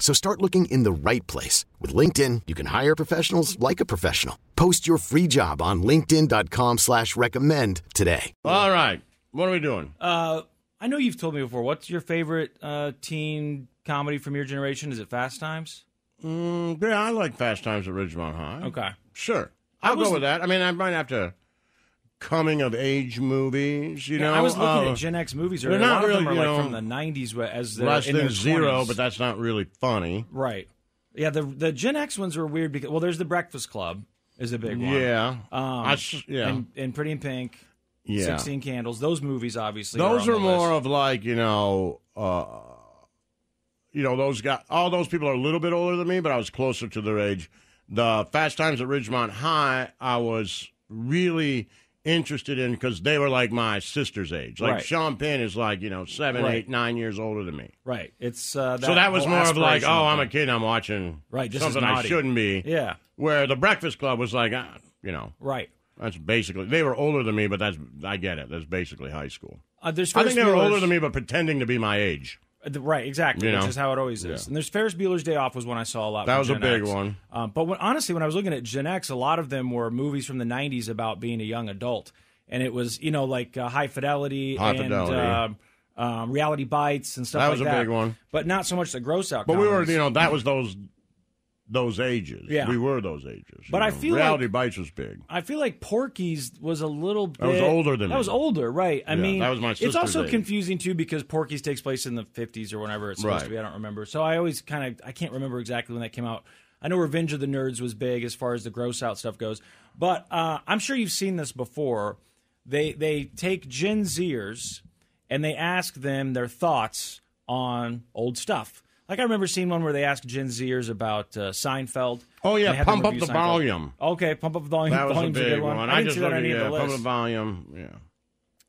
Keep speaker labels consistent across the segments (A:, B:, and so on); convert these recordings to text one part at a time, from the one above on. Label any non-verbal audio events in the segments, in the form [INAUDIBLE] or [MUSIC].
A: So start looking in the right place. With LinkedIn, you can hire professionals like a professional. Post your free job on linkedin.com slash recommend today.
B: All right. What are we doing?
C: Uh, I know you've told me before. What's your favorite uh, teen comedy from your generation? Is it Fast Times?
B: Mm, yeah, I like Fast Times at Ridgemont High.
C: Okay.
B: Sure. I'll
C: was-
B: go with that. I mean, I might have to coming of age movies, you
C: Yeah,
B: know.
C: I was looking
B: uh,
C: at Gen X movies.
B: they're
C: Earlier.
B: not
C: a lot
B: really,
C: of them
B: you
C: are
B: know,
C: like from the '90s, where- as they're
B: Less
C: in
B: than
C: their
B: zero,
C: 20s.
B: but that's not really funny.
C: right. Yeah, the the Gen X ones were weird because well, there's the Breakfast Club is a big one.
B: Yeah.
C: Um,
B: I s- yeah.
C: And, and Pretty in Pink,
B: yeah.
C: Sixteen Candles. Those movies, obviously,
B: Those
C: are,
B: are
C: on the
B: more
C: list.
B: of like you know, uh, you know those guys. All those people are a little bit older than me, but I was closer to their age. The Fast Times at Ridgemont High, I was really interested in because they were like my sister's age. Like
C: Right.
B: Sean Penn is like you know seven,
C: Right.
B: eight, nine years older than me.
C: right. It's uh,
B: so that was
C: whole
B: more of like, oh,
C: aspirational
B: I'm a
C: thing.
B: kid, I'm watching
C: Right, this is
B: something I
C: naughty.
B: shouldn't be.
C: Yeah,
B: Where the Breakfast Club was like, ah, you know,
C: right.
B: that's basically they were older than me, but that's I get it. That's basically high school.
C: Uh, there's
B: I think they
C: Ferris
B: were older
C: Bueller's-
B: than me, but pretending to be my age.
C: Uh, th- Right, exactly,
B: You
C: which
B: know?
C: is how it always is.
B: Yeah.
C: And there's Ferris Bueller's Day Off was one I saw a lot.
B: That
C: from
B: was a
C: Gen
B: big
C: X.
B: one.
C: Um, but when, honestly, when I was looking at Gen X, a lot of them were movies from the '90s about being a young adult, and it was you know like uh, High Fidelity
B: High
C: and
B: Fidelity.
C: um, um, Reality Bites and stuff.
B: That
C: like
B: was a big one.
C: but not so much the gross out.
B: But we were,
C: comedies.
B: you know, that was those those ages.
C: Yeah.
B: we were those ages.
C: But
B: you
C: I
B: know.
C: feel
B: Reality
C: like-
B: Bites was big.
C: [LAUGHS] I feel like Porky's was a little bit.
B: That was older than
C: That
B: me.
C: was older, right? I
B: Yeah,
C: mean,
B: that was my
C: It's
B: sister's
C: also
B: age.
C: confusing too because Porky's takes place in the fifties or whenever it's supposed
B: Right.
C: to be. I don't remember, so I always kind of I can't remember exactly when that came out. I know Revenge of the Nerds was big as far as the gross out stuff goes, but uh, I'm sure you've seen this before. They they take Gen Zers and they ask them their thoughts on old stuff. Like I remember seeing one where they asked Gen Zers about uh, Seinfeld.
B: Oh, yeah,
C: and they had them
B: pump up
C: review
B: the
C: Seinfeld.
B: volume.
C: Okay, pump up the volume.
B: That was a
C: Volume's
B: big
C: good
B: one.
C: one. I didn't
B: just
C: see that on
B: looked
C: any
B: at,
C: of
B: yeah,
C: the
B: Pump Up
C: list.
B: volume. Yeah,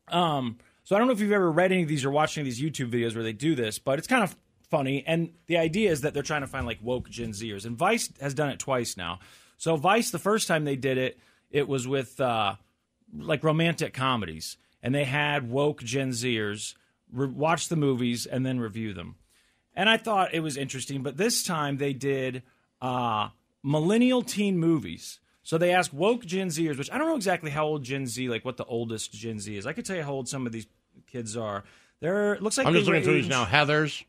C: Um, so I don't know if you've ever read any of these or watched any of these YouTube videos where they do this, but it's kind of funny. And the idea is that they're trying to find like woke Gen Zers, and Vice has done it twice now. So Vice, the first time they did it, it was with uh, like romantic comedies, and they had woke Gen Zers re- watch the movies and then review them. And I thought it was interesting, but this time they did uh, millennial teen movies. So they asked woke Gen Zers, which I don't know exactly how old Gen Z, like what the oldest Gen Z is. I could tell you how old some of these kids are. They're it looks like
B: I'm
C: they
B: just looking
C: were
B: through these
C: aged-
B: now. Heather's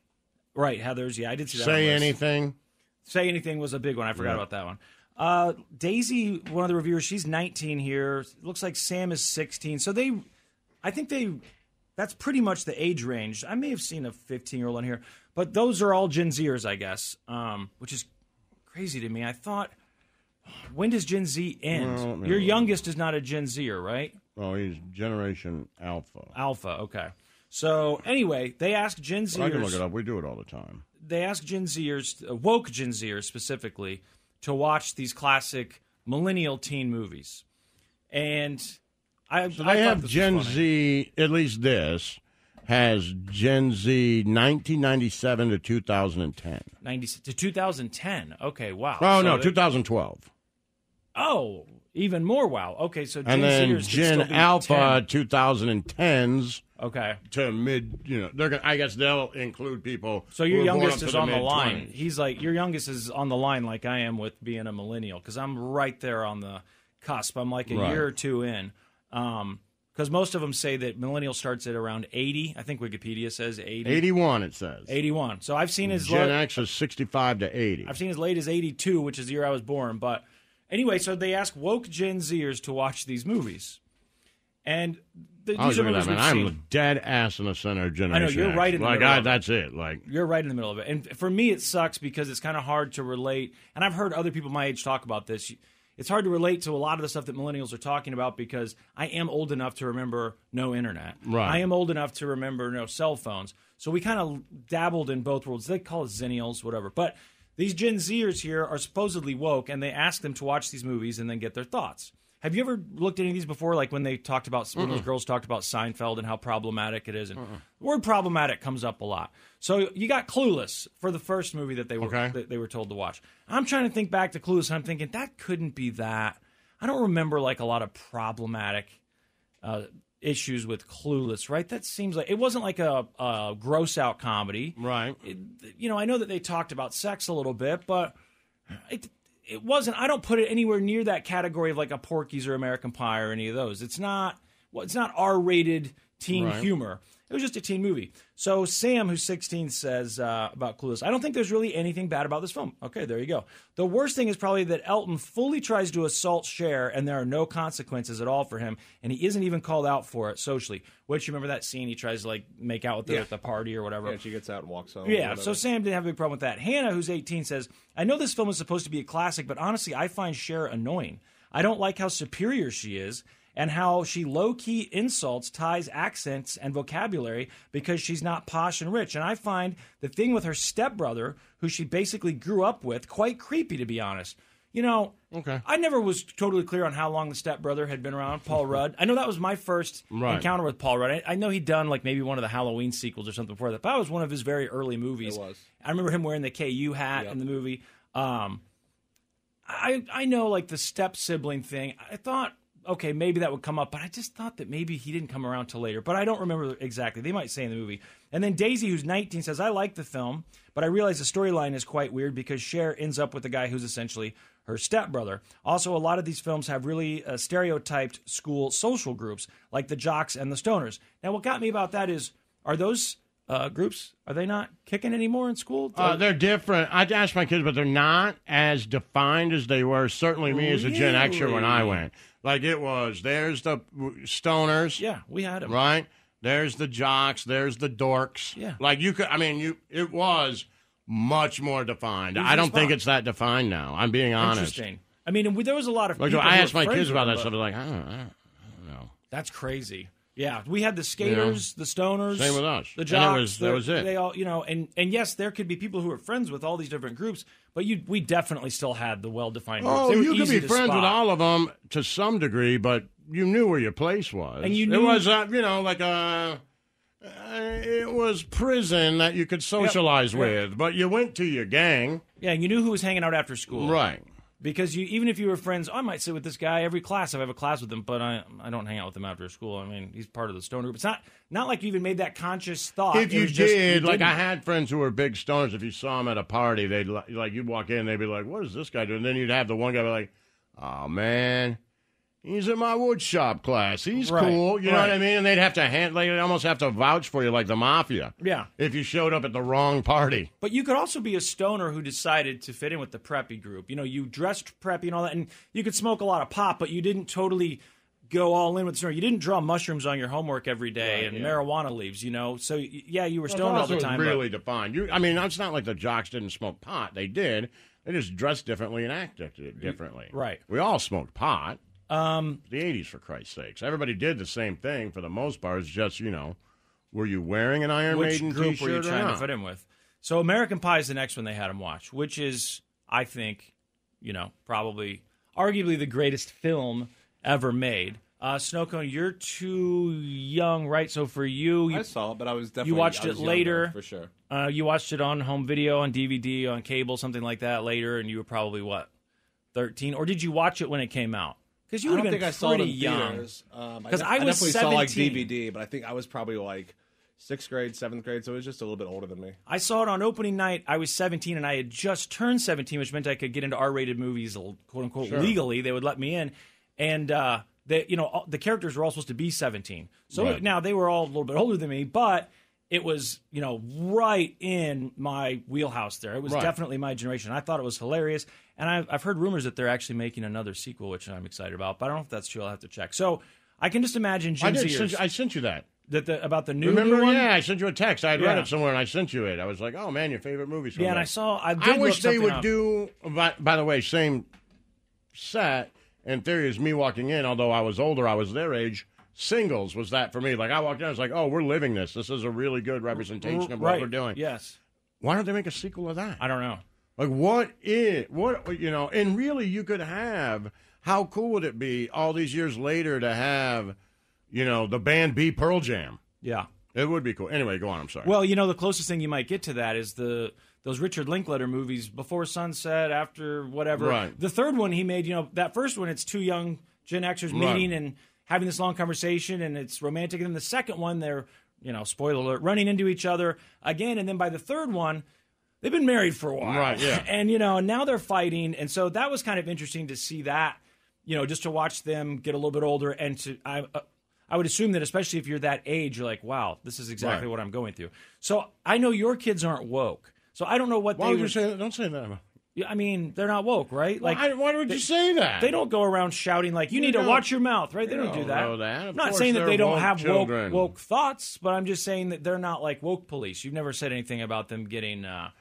C: Right, Heather's. Yeah, I did see that.
B: say
C: on the list.
B: anything.
C: Say anything was a big one. I forgot
B: Yeah.
C: about that one. Uh, Daisy, one of the reviewers, she's 19 here. looks like Sam is 16. So they, I think they, that's pretty much the age range. I may have seen a 15 year old on here, but those are all Gen Zers, I guess, um, which is crazy to me. I thought, when does Gen Z end?
B: Well, let me
C: Your
B: look.
C: youngest is not a Gen Zer, right?
B: Oh, he's Generation Alpha.
C: Alpha, okay. So anyway, they asked Gen Zers
B: But I can look it up. We do it all the time.
C: they ask Gen Zers, uh, woke Gen Zers specifically, to watch these classic millennial teen movies. And I,
B: So
C: I
B: they
C: thought
B: have
C: this was
B: Gen
C: funny.
B: Z, at least this, has Gen Z 1997 to 2010.
C: 90 to 2010. Okay, wow.
B: Oh,
C: So
B: no,
C: they-
B: 2012.
C: Oh, even more wow. Okay, so Gen
B: And then
C: Zers could
B: Gen
C: still be
B: Alpha 2010s.
C: 10. Okay.
B: to mid, you know, they're gonna, I guess they'll include people.
C: So your
B: who are born
C: youngest
B: up to
C: is on the line.
B: mid-twenties.
C: He's like your youngest is on the line, like I am with being a millennial, because I'm right there on the cusp. I'm like a
B: Right.
C: year or two in. Um, because most of them say that millennial starts at around 80. I think Wikipedia says 80.
B: 81, it says.
C: 81. So I've seen his
B: Gen
C: low,
B: X is 65 to 80.
C: I've seen as late as 82, which is the year I was born. But anyway, so they ask woke Gen Zers to watch these movies. And the,
B: I was
C: these are
B: looking at
C: movies
B: that,
C: we've
B: man. I'm
C: seen.
B: dead ass in the center of generation.
C: you're
B: X.
C: right in the
B: Like,
C: middle
B: I,
C: of it.
B: that's it. Like,
C: You're right in the middle of it. And for me, it sucks because it's kind of hard to relate. And I've heard other people my age talk about this. It's hard to relate to a lot of the stuff that millennials are talking about because I am old enough to remember no internet.
B: Right.
C: I am old enough to remember no cell phones. So we kind of dabbled in both worlds. They call it zennials, whatever. But these Gen Zers here are supposedly woke and they ask them to watch these movies and then get their thoughts. Have you ever looked at any of these before? Like when they talked about when those girls talked about Seinfeld and how problematic it is, and the word problematic comes up a lot. So you got Clueless for the first movie that they were
B: Okay.
C: that they were told to watch. I'm trying to think back to Clueless. and I'm thinking that couldn't be that. I don't remember like a lot of problematic uh, issues with Clueless, right? That seems like it wasn't like a, a gross out comedy
B: right.
C: it, you know, I know that they talked about sex a little bit, but it it wasn't. I don't put it anywhere near that category of like a Porky's or American Pie or any of those. It's not. Well, it's not R-rated teen
B: Right.
C: humor. It was just a teen movie. So Sam, who's 16, says uh, about Clueless. I don't think there's really anything bad about this film. Okay, there you go. The worst thing is probably that Elton fully tries to assault Cher, and there are no consequences at all for him, and he isn't even called out for it socially. Which remember that scene he tries to like make out with her
D: Yeah.
C: at the party or whatever.
D: Yeah, she gets out and walks home. or
C: Yeah, so
D: whatever.
C: Sam didn't have a big problem with that. Hannah, who's 18, says, I know this film is supposed to be a classic, but honestly, I find Cher annoying. I don't like how superior she is and how she low key insults Ty's accents and vocabulary because she's not posh and rich. And I find the thing with her stepbrother, who she basically grew up with, quite creepy, to be honest. You know,
B: Okay.
C: I never was totally clear on how long the stepbrother had been
B: [LAUGHS]
C: around, Paul Rudd. I know that was my first
B: Right.
C: encounter with Paul Rudd. I, I know he'd done like maybe one of the Halloween sequels or something before that, but that was one of his very early movies.
D: It was.
C: I remember him wearing the KU hat in the movie. Um, I I know like the step sibling thing. I thought okay maybe that would come up, but I just thought that maybe he didn't come around till later. But I don't remember exactly. They might say in the movie. And then Daisy, who's 19, says I like the film, but I realize the storyline is quite weird because Cher ends up with the guy who's essentially her stepbrother. Also, a lot of these films have really uh, stereotyped school social groups like the jocks and the stoners. Now, what got me about that is are those uh, groups are they not kicking anymore in school?
B: Uh, they're different. I'd ask my kids, but they're not as defined as they were. Certainly, me as a Gen Xer when I went. Like it was. There's the w- stoners,
C: yeah, we had them.
B: right? There's the jocks. There's the dorks.
C: Yeah.
B: Like you could. I mean, you. It was much more defined.
C: Who's
B: I don't think
C: responsible?
B: it's that defined now. I'm being honest.
C: Interesting. I mean, and we, there was a lot of.
B: Like
C: people
B: I
C: who
B: asked
C: were
B: my
C: friends
B: kids
C: with
B: about
C: him,
B: that
C: but
B: stuff. They're like, I don't, I don't, I don't know.
C: That's crazy. Yeah, we had the skaters, the stoners,
B: Same with us.
C: the
B: And it
C: jocks.
B: was- that
C: the-
B: was it.
C: They all, you know, and and yes, there could be people who are friends with all these different groups, but you, we definitely still had the well-defined.
B: Oh,
C: groups. They were
B: you could
C: easy
B: be
C: to
B: friends
C: spot.
B: with all of them to some degree, but you knew where your place was.
C: And you
B: it
C: knew-
B: was, uh, you know, like a. Uh, it was prison that you could socialize with, but you went to your gang,
C: Yeah, and you knew who was hanging out after school,
B: right?
C: Because you, even if you were friends, oh, I might sit with this guy every class. if I have a class with him, but I, I don't hang out with him after school. I mean, he's part of the stoner group. It's not, not like you even made that conscious thought.
B: If
C: It
B: you
C: was just-
B: did, like
C: didn't.
B: I had friends who were big stoners. If you saw them at a party, they'd li- like you'd walk in, they'd be like, "What is this guy doing?" then you'd have the one guy be like, "Oh man, he's in my wood shop class. He's
C: Right,
B: cool." You know what
C: right.
B: I mean? And they'd have to hand, like, they'd almost have to vouch for you, like the mafia.
C: yeah.
B: if you showed up at the wrong party.
C: But you could also be a stoner who decided to fit in with the preppy group. You know, you dressed preppy and all that, and you could smoke a lot of pot, but you didn't totally go all in with stoner. You didn't draw mushrooms on your homework every day and marijuana leaves. You know, so y- yeah, you were stoned all the time. but-
B: really defined. You, I mean, it's not like the jocks didn't smoke pot. They did. They just dressed differently and acted di- differently.
C: right.
B: We all smoked pot. Um, the '80s, for Christ's sakes, everybody did the same thing for the most part. It's just you know, were you wearing an Iron
C: which
B: Maiden
C: group
B: t-shirt
C: were you
B: or
C: trying
B: not?
C: to fit in with? So American Pie is the next one they had him watch, which is, I think, you know, probably arguably the greatest film ever made. Uh, Snowcone, you're too young, right? So for you, you
D: I saw it, but I was definitely
C: watched
D: I was
C: it
D: younger,
C: later.
D: for sure.
C: Uh, you watched it on home video, on DVD, on cable, something like that later, and you were probably what, thirteen, or did you watch it when it came out? Because you
D: I
C: would have
D: don't
C: been
D: think I
C: pretty
D: saw it in
C: young.
D: theaters. Um,
C: 'Cause
D: de-
C: I was
D: definitely saw like
C: 17.
D: DVD, but I think I was probably like sixth grade, seventh grade, so it was just a little bit older than me.
C: I saw it on opening night. I was seventeen, and I had just turned seventeen, which meant I could get into R-rated movies, l- quote unquote, legally. They would let me in, and uh, that you know all, the characters were all supposed to be 17. So
B: Right.
C: now they were all a little bit older than me, but it was you know right in my wheelhouse. There, it was
B: Right.
C: definitely my generation. I thought it was hilarious, and I've, I've heard rumors that they're actually making another sequel, which I'm excited about. But I don't know if that's true. I'll have to check. So I can just imagine
B: I
C: Gen
B: did.
C: Zers
B: Send, I sent you that.
C: that the, about the new new
B: Remember?
C: one.
B: Yeah, I sent you a text. I had read
C: Yeah.
B: it somewhere, and I sent you it. I was like, "Oh man, your favorite movie."
C: Yeah, and I saw. I, did
B: I wish
C: look
B: they
C: something
B: would
C: up.
B: do. By, by the way, same set in theory as me walking in. Although I was older, I was their age. Singles was that for me. Like I walked in, I was like, "Oh, we're living this. This is a really good representation of what
C: right.
B: we're doing."
C: Yes,
B: Why don't they make a sequel of that?
C: I don't know.
B: Like what is what you know? And really, you could have. How cool would it be all these years later to have, you know, the band be Pearl Jam?
C: Yeah.
B: It would be cool. Anyway, go on. I'm sorry.
C: Well, you know, the closest thing you might get to that is the those Richard Linkletter movies, Before Sunset, After whatever.
B: Right.
C: The third one he made, you know, that first one, it's two young Gen Xers
B: Right.
C: meeting and having this long conversation, and it's romantic. And then the second one, they're you know, spoiler alert, running into each other again. And then by the third one, they've been married for a while,
B: Right, yeah.
C: [LAUGHS] and you know, now they're fighting, and so that was kind of interesting to see that. You know, just to watch them get a little bit older, and to I, uh, I would assume that especially if you're that age, you're like, wow, this is exactly
B: Right.
C: what I'm going through. So I know your kids aren't woke, so I don't know what
B: why
C: they
B: would you
C: would-
B: say that? Don't say that. Emma.
C: Yeah, I mean, they're not woke, right? Like.
B: why, why would you say that?
C: they don't go around shouting like you
B: You
C: need to
B: don't-
C: watch your mouth, right? They
B: you
C: don't do
B: don't
C: that.
B: know that. Of
C: I'm not
B: course
C: saying that
B: they're
C: they don't
B: woke
C: have
B: children.
C: woke woke thoughts, but I'm just saying that they're not like woke police. You've never said anything about them getting uh,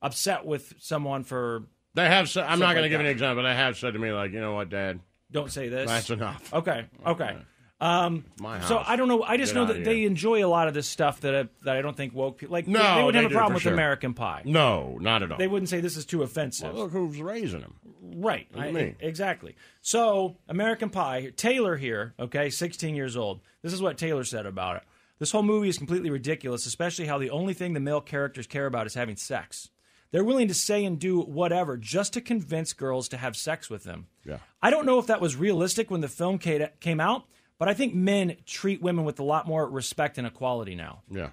C: upset with someone for
B: They have. Said, I'm not
C: Stuff
B: going to
C: like
B: give an
C: that.
B: example. but They have said to me like, you know what, Dad,
C: don't say this.
B: that's enough.
C: Okay. Okay. Um,
B: My house.
C: so I don't know. I just
B: Get
C: know
B: outta
C: that
B: here.
C: they enjoy a lot of this stuff that I, that I don't think woke people like. they-
B: No,
C: they, would
B: they
C: have a
B: do,
C: problem
B: for
C: with
B: sure.
C: American Pie.
B: No, not at all.
C: They wouldn't say this is too offensive.
B: Look who's raising them.
C: right.
B: do you mean?
C: Exactly. So American Pie. Taylor here. Okay, 16 years old. This is what Taylor said about it. This whole movie is completely ridiculous, especially how the only thing the male characters care about is having sex. They're willing to say and do whatever just to convince girls to have sex with them.
B: Yeah.
C: I don't know if that was realistic when the film ca- came out, but I think men treat women with a lot more respect and equality now.
B: Yeah,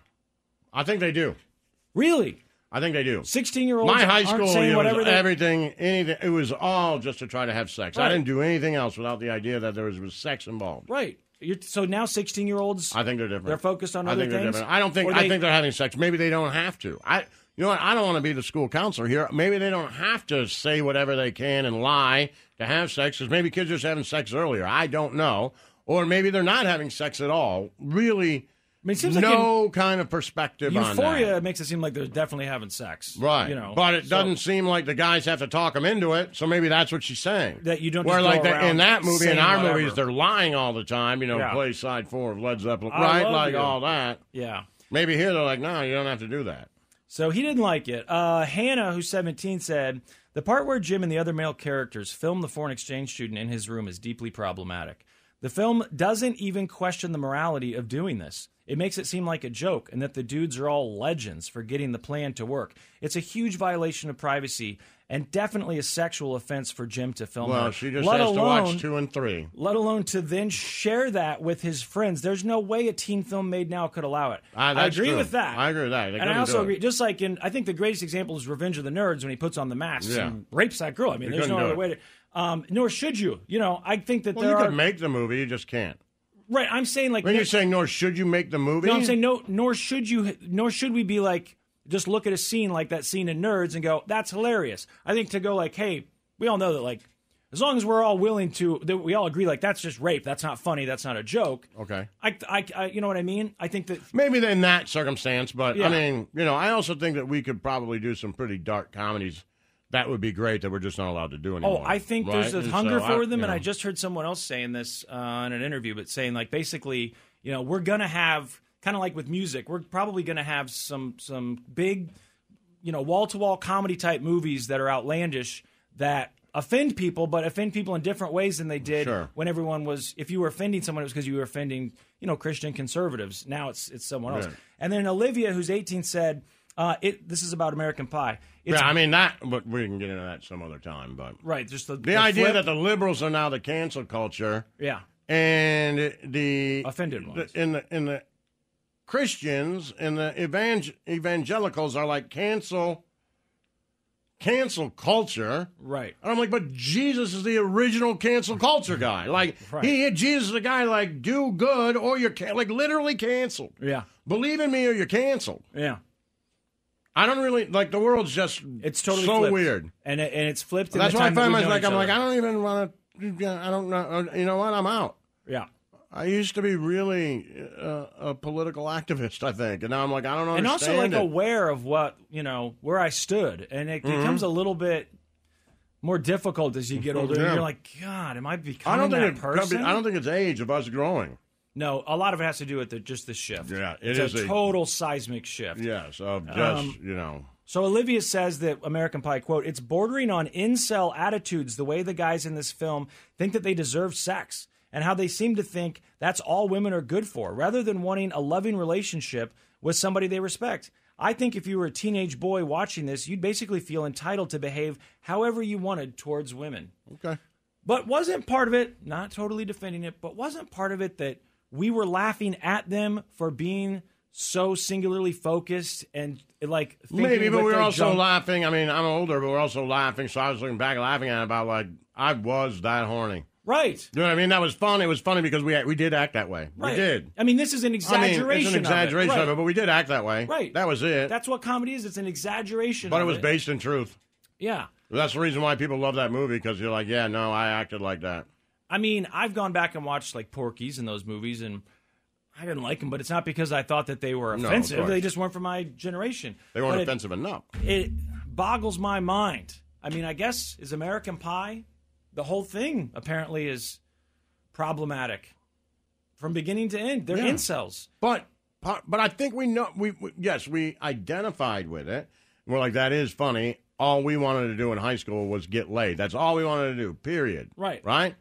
B: I think they do.
C: Really,
B: I think they do.
C: sixteen year olds.
B: My high school,
C: aren't
B: it
C: saying
B: was
C: whatever they.
B: everything, anything. It was all just to try to have sex.
C: Right.
B: I didn't do anything else without the idea that there was, was sex involved.
C: right. You're, so now sixteen year olds.
B: I think they're different.
C: They're focused on
B: I
C: other
B: think they're
C: things?
B: different. I don't think.
C: Or
B: I
C: they-
B: think they're having sex. Maybe they don't have to. I. You know what? I don't want to be the school counselor here. Maybe they don't have to say whatever they can and lie to have sex. Because maybe kids are just having sex earlier. I don't know. Or maybe they're not having sex at all. Really,
C: I mean, it seems like in-
B: no kind of perspective on
C: Euphoria
B: that.
C: makes it seem like they're definitely having sex,
B: Right,
C: You know,
B: but it
C: so-
B: doesn't seem like the guys have to talk them into it. So maybe that's what she's saying.
C: That you don't
B: Where
C: just
B: like
C: go
B: the- in
C: around
B: that movie, in
C: saying
B: our
C: whatever.
B: movies, they're lying all the time. You know,
C: Yeah.
B: play side four of Led Zeppelin,
C: I
B: right?
C: love
B: Like
C: you.
B: all that.
C: yeah.
B: Maybe here they're like, no, you don't have to do that.
C: So he didn't like it. Uh, Hannah, who's 17, said the part where Jim and the other male characters film the foreign exchange student in his room is deeply problematic. The film doesn't even question the morality of doing this. It makes it seem like a joke and that the dudes are all legends for getting the plan to work. It's a huge violation of privacy and definitely a sexual offense for Jim to film
B: Well,
C: her.
B: she just
C: Oh let
B: has
C: alone,
B: to watch two and three.
C: Let alone to then share that with his friends. There's no way a teen film made now could allow it.
B: Ah,
C: I
B: that's
C: agree
B: true.
C: with that.
B: I agree with that. They
C: and
B: couldn't
C: I
B: do
C: also
B: it.
C: agree. Just like in, I think the greatest example is Revenge of the Nerds when he puts on the mask
B: Yeah.
C: and rapes that girl. I mean,
B: They
C: there's
B: couldn't
C: no
B: do
C: other
B: it.
C: way to. Um, nor should you. You know, I think that
B: Well,
C: there
B: you
C: are.
B: could make the movie, you just can't.
C: right, I'm saying like.
B: When
C: no-
B: you're saying, nor should you make the movie?
C: no, I'm saying no. Nor should you. Nor should we be like just look at a scene like that scene in Nerds and go, "That's hilarious." I think to go like, "Hey, we all know that like." As long as we're all willing to, that we all agree, like that's just rape. That's not funny. That's not a joke.
B: Okay.
C: I, I, I you know what I mean? I think that
B: Maybe in that circumstance, but
C: Yeah.
B: I mean, you know, I also think that we could probably do some pretty dark comedies. That would be great that we're just not allowed to do anymore.
C: Oh, I think there's
B: right?
C: a
B: And
C: hunger
B: so
C: for
B: I-
C: them,
B: you
C: and I
B: know.
C: just heard someone else saying this uh, in an interview, but saying like basically, you know, we're gonna have kind of like with music, we're probably gonna have some some big, you know, wall to wall comedy type movies that are outlandish that offend people, but offend people in different ways than they did
B: Sure.
C: when everyone was. If you were offending someone, it was because you were offending you know Christian conservatives. Now it's it's someone else.
B: Yeah.
C: And then Olivia, who's 18, said. Uh, it, this is about American Pie. It's
B: Yeah, I mean that, but we can get into that some other time. But
C: right, just the,
B: the, idea
C: flip-
B: that the liberals are now the cancel culture
C: yeah,
B: and the
C: Offended
B: the-
C: ones.
B: and the and the Christians and the evang- evangelicals are like cancel cancel culture.
C: Right.
B: And I'm like, but Jesus is the original cancel culture guy. Like,
C: Right.
B: he, Jesus is a guy like, do good or you're can- like literally canceled.
C: Yeah.
B: Believe in me or you're canceled.
C: Yeah.
B: I don't really like the world's just
C: It's totally
B: so
C: flipped.
B: weird.
C: and it, and it's flipped. in
B: That's
C: the
B: why I
C: time that
B: find
C: we've
B: myself
C: known
B: like
C: each
B: I'm like
C: other.
B: I don't even want to. I don't know. uh, You know what? I'm out.
C: Yeah,
B: I used to be really uh, a political activist, I think, and now I'm like I don't
C: and also
B: understand.
C: like
B: it. Mm-hmm.
C: aware of what you know where I stood, and it becomes a little bit more difficult as you get older.
B: Yeah.
C: And you're like, God, am I becoming
B: I don't think
C: that
B: it,
C: person?
B: I don't think it's age of us growing.
C: No, a lot of it has to do with the, just the shift.
B: Yeah, it
C: it's
B: is
C: a
B: a-
C: total seismic shift.
B: Yes, of
C: Um,
B: just you know.
C: So Olivia says that American Pie quote, "It's bordering on incel attitudes the way the guys in this film think that they deserve sex and how they seem to think that's all women are good for rather than wanting a loving relationship with somebody they respect." I think if you were a teenage boy watching this, you'd basically feel entitled to behave however you wanted towards women.
B: Okay.
C: But wasn't part of it, not totally defending it, but wasn't part of it that we were laughing at them for being so singularly focused and like thinking
B: Maybe, but
C: with
B: we were
C: their
B: also
C: junk-
B: laughing. I mean, I'm older, but we're also laughing. So I was looking back, laughing at it about like I was that horny.
C: right,
B: You know what I mean? That was fun. It was funny because we we did act that way.
C: right.
B: We did.
C: I mean, this is an
B: I
C: exaggeration.
B: mean, it's an exaggeration
C: of it.
B: of it, but we did act that way.
C: Right.
B: That was it.
C: That's what comedy is. It's an exaggeration.
B: but it
C: of
B: was based in truth.
C: Yeah.
B: That's the reason why people love that movie because you're like, yeah, no, I acted like that.
C: I mean, I've gone back and watched like Porky's and those movies, and I didn't like them, but it's not because I thought that they were
B: No, of
C: offensive.
B: course.
C: they just weren't for my generation.
B: They weren't
C: But it-
B: offensive enough.
C: it boggles my mind. I mean, I guess is American Pie, the whole thing apparently is problematic from beginning to end. They're
B: Yeah.
C: incels.
B: But but I think we know we, we yes we identified with it. We're like that is funny. All we wanted to do in high school was get laid. That's all we wanted to do. Period.
C: Right.
B: Right.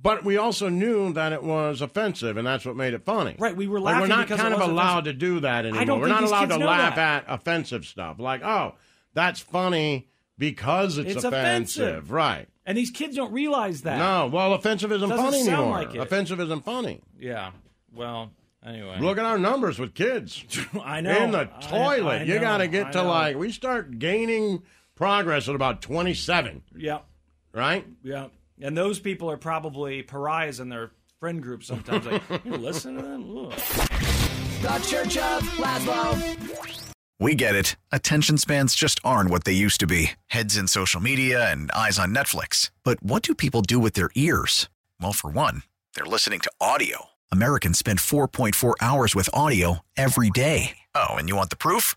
B: But we also knew that it was offensive, and that's what made it funny.
C: Right, we were
B: Like,
C: laughing
B: we're not
C: because it
B: kind
C: was
B: of allowed to do that anymore.
C: don't
B: we're
C: think
B: not
C: these
B: allowed
C: kids
B: to
C: know
B: laugh
C: that.
B: at offensive stuff. Like, oh, that's funny because it's,
C: It's offensive.
B: Right.
C: And these kids don't realize that.
B: No, well, offensive isn't
C: Doesn't
B: funny
C: sound
B: anymore.
C: like it.
B: Offensive isn't funny.
C: Yeah. Well, anyway.
B: Look at our numbers with kids
C: [LAUGHS] I know.
B: in the
C: I-
B: toilet.
C: I
B: you
C: know,
B: got to
C: I
B: get to
C: know.
B: like we start gaining progress at about twenty-seven,
C: Yeah.
B: right?
C: Yeah. And those people are probably pariahs in their friend group sometimes.
B: [LAUGHS]
C: Like, you listen to them? Ugh.
E: The Church of Laszlo.
F: We get it. Attention spans just aren't what they used to be heads in social media and eyes on Netflix. But what do people do with their ears? Well, for one, they're listening to audio. Americans spend 4.4 hours with audio every day. Oh, and you want the proof?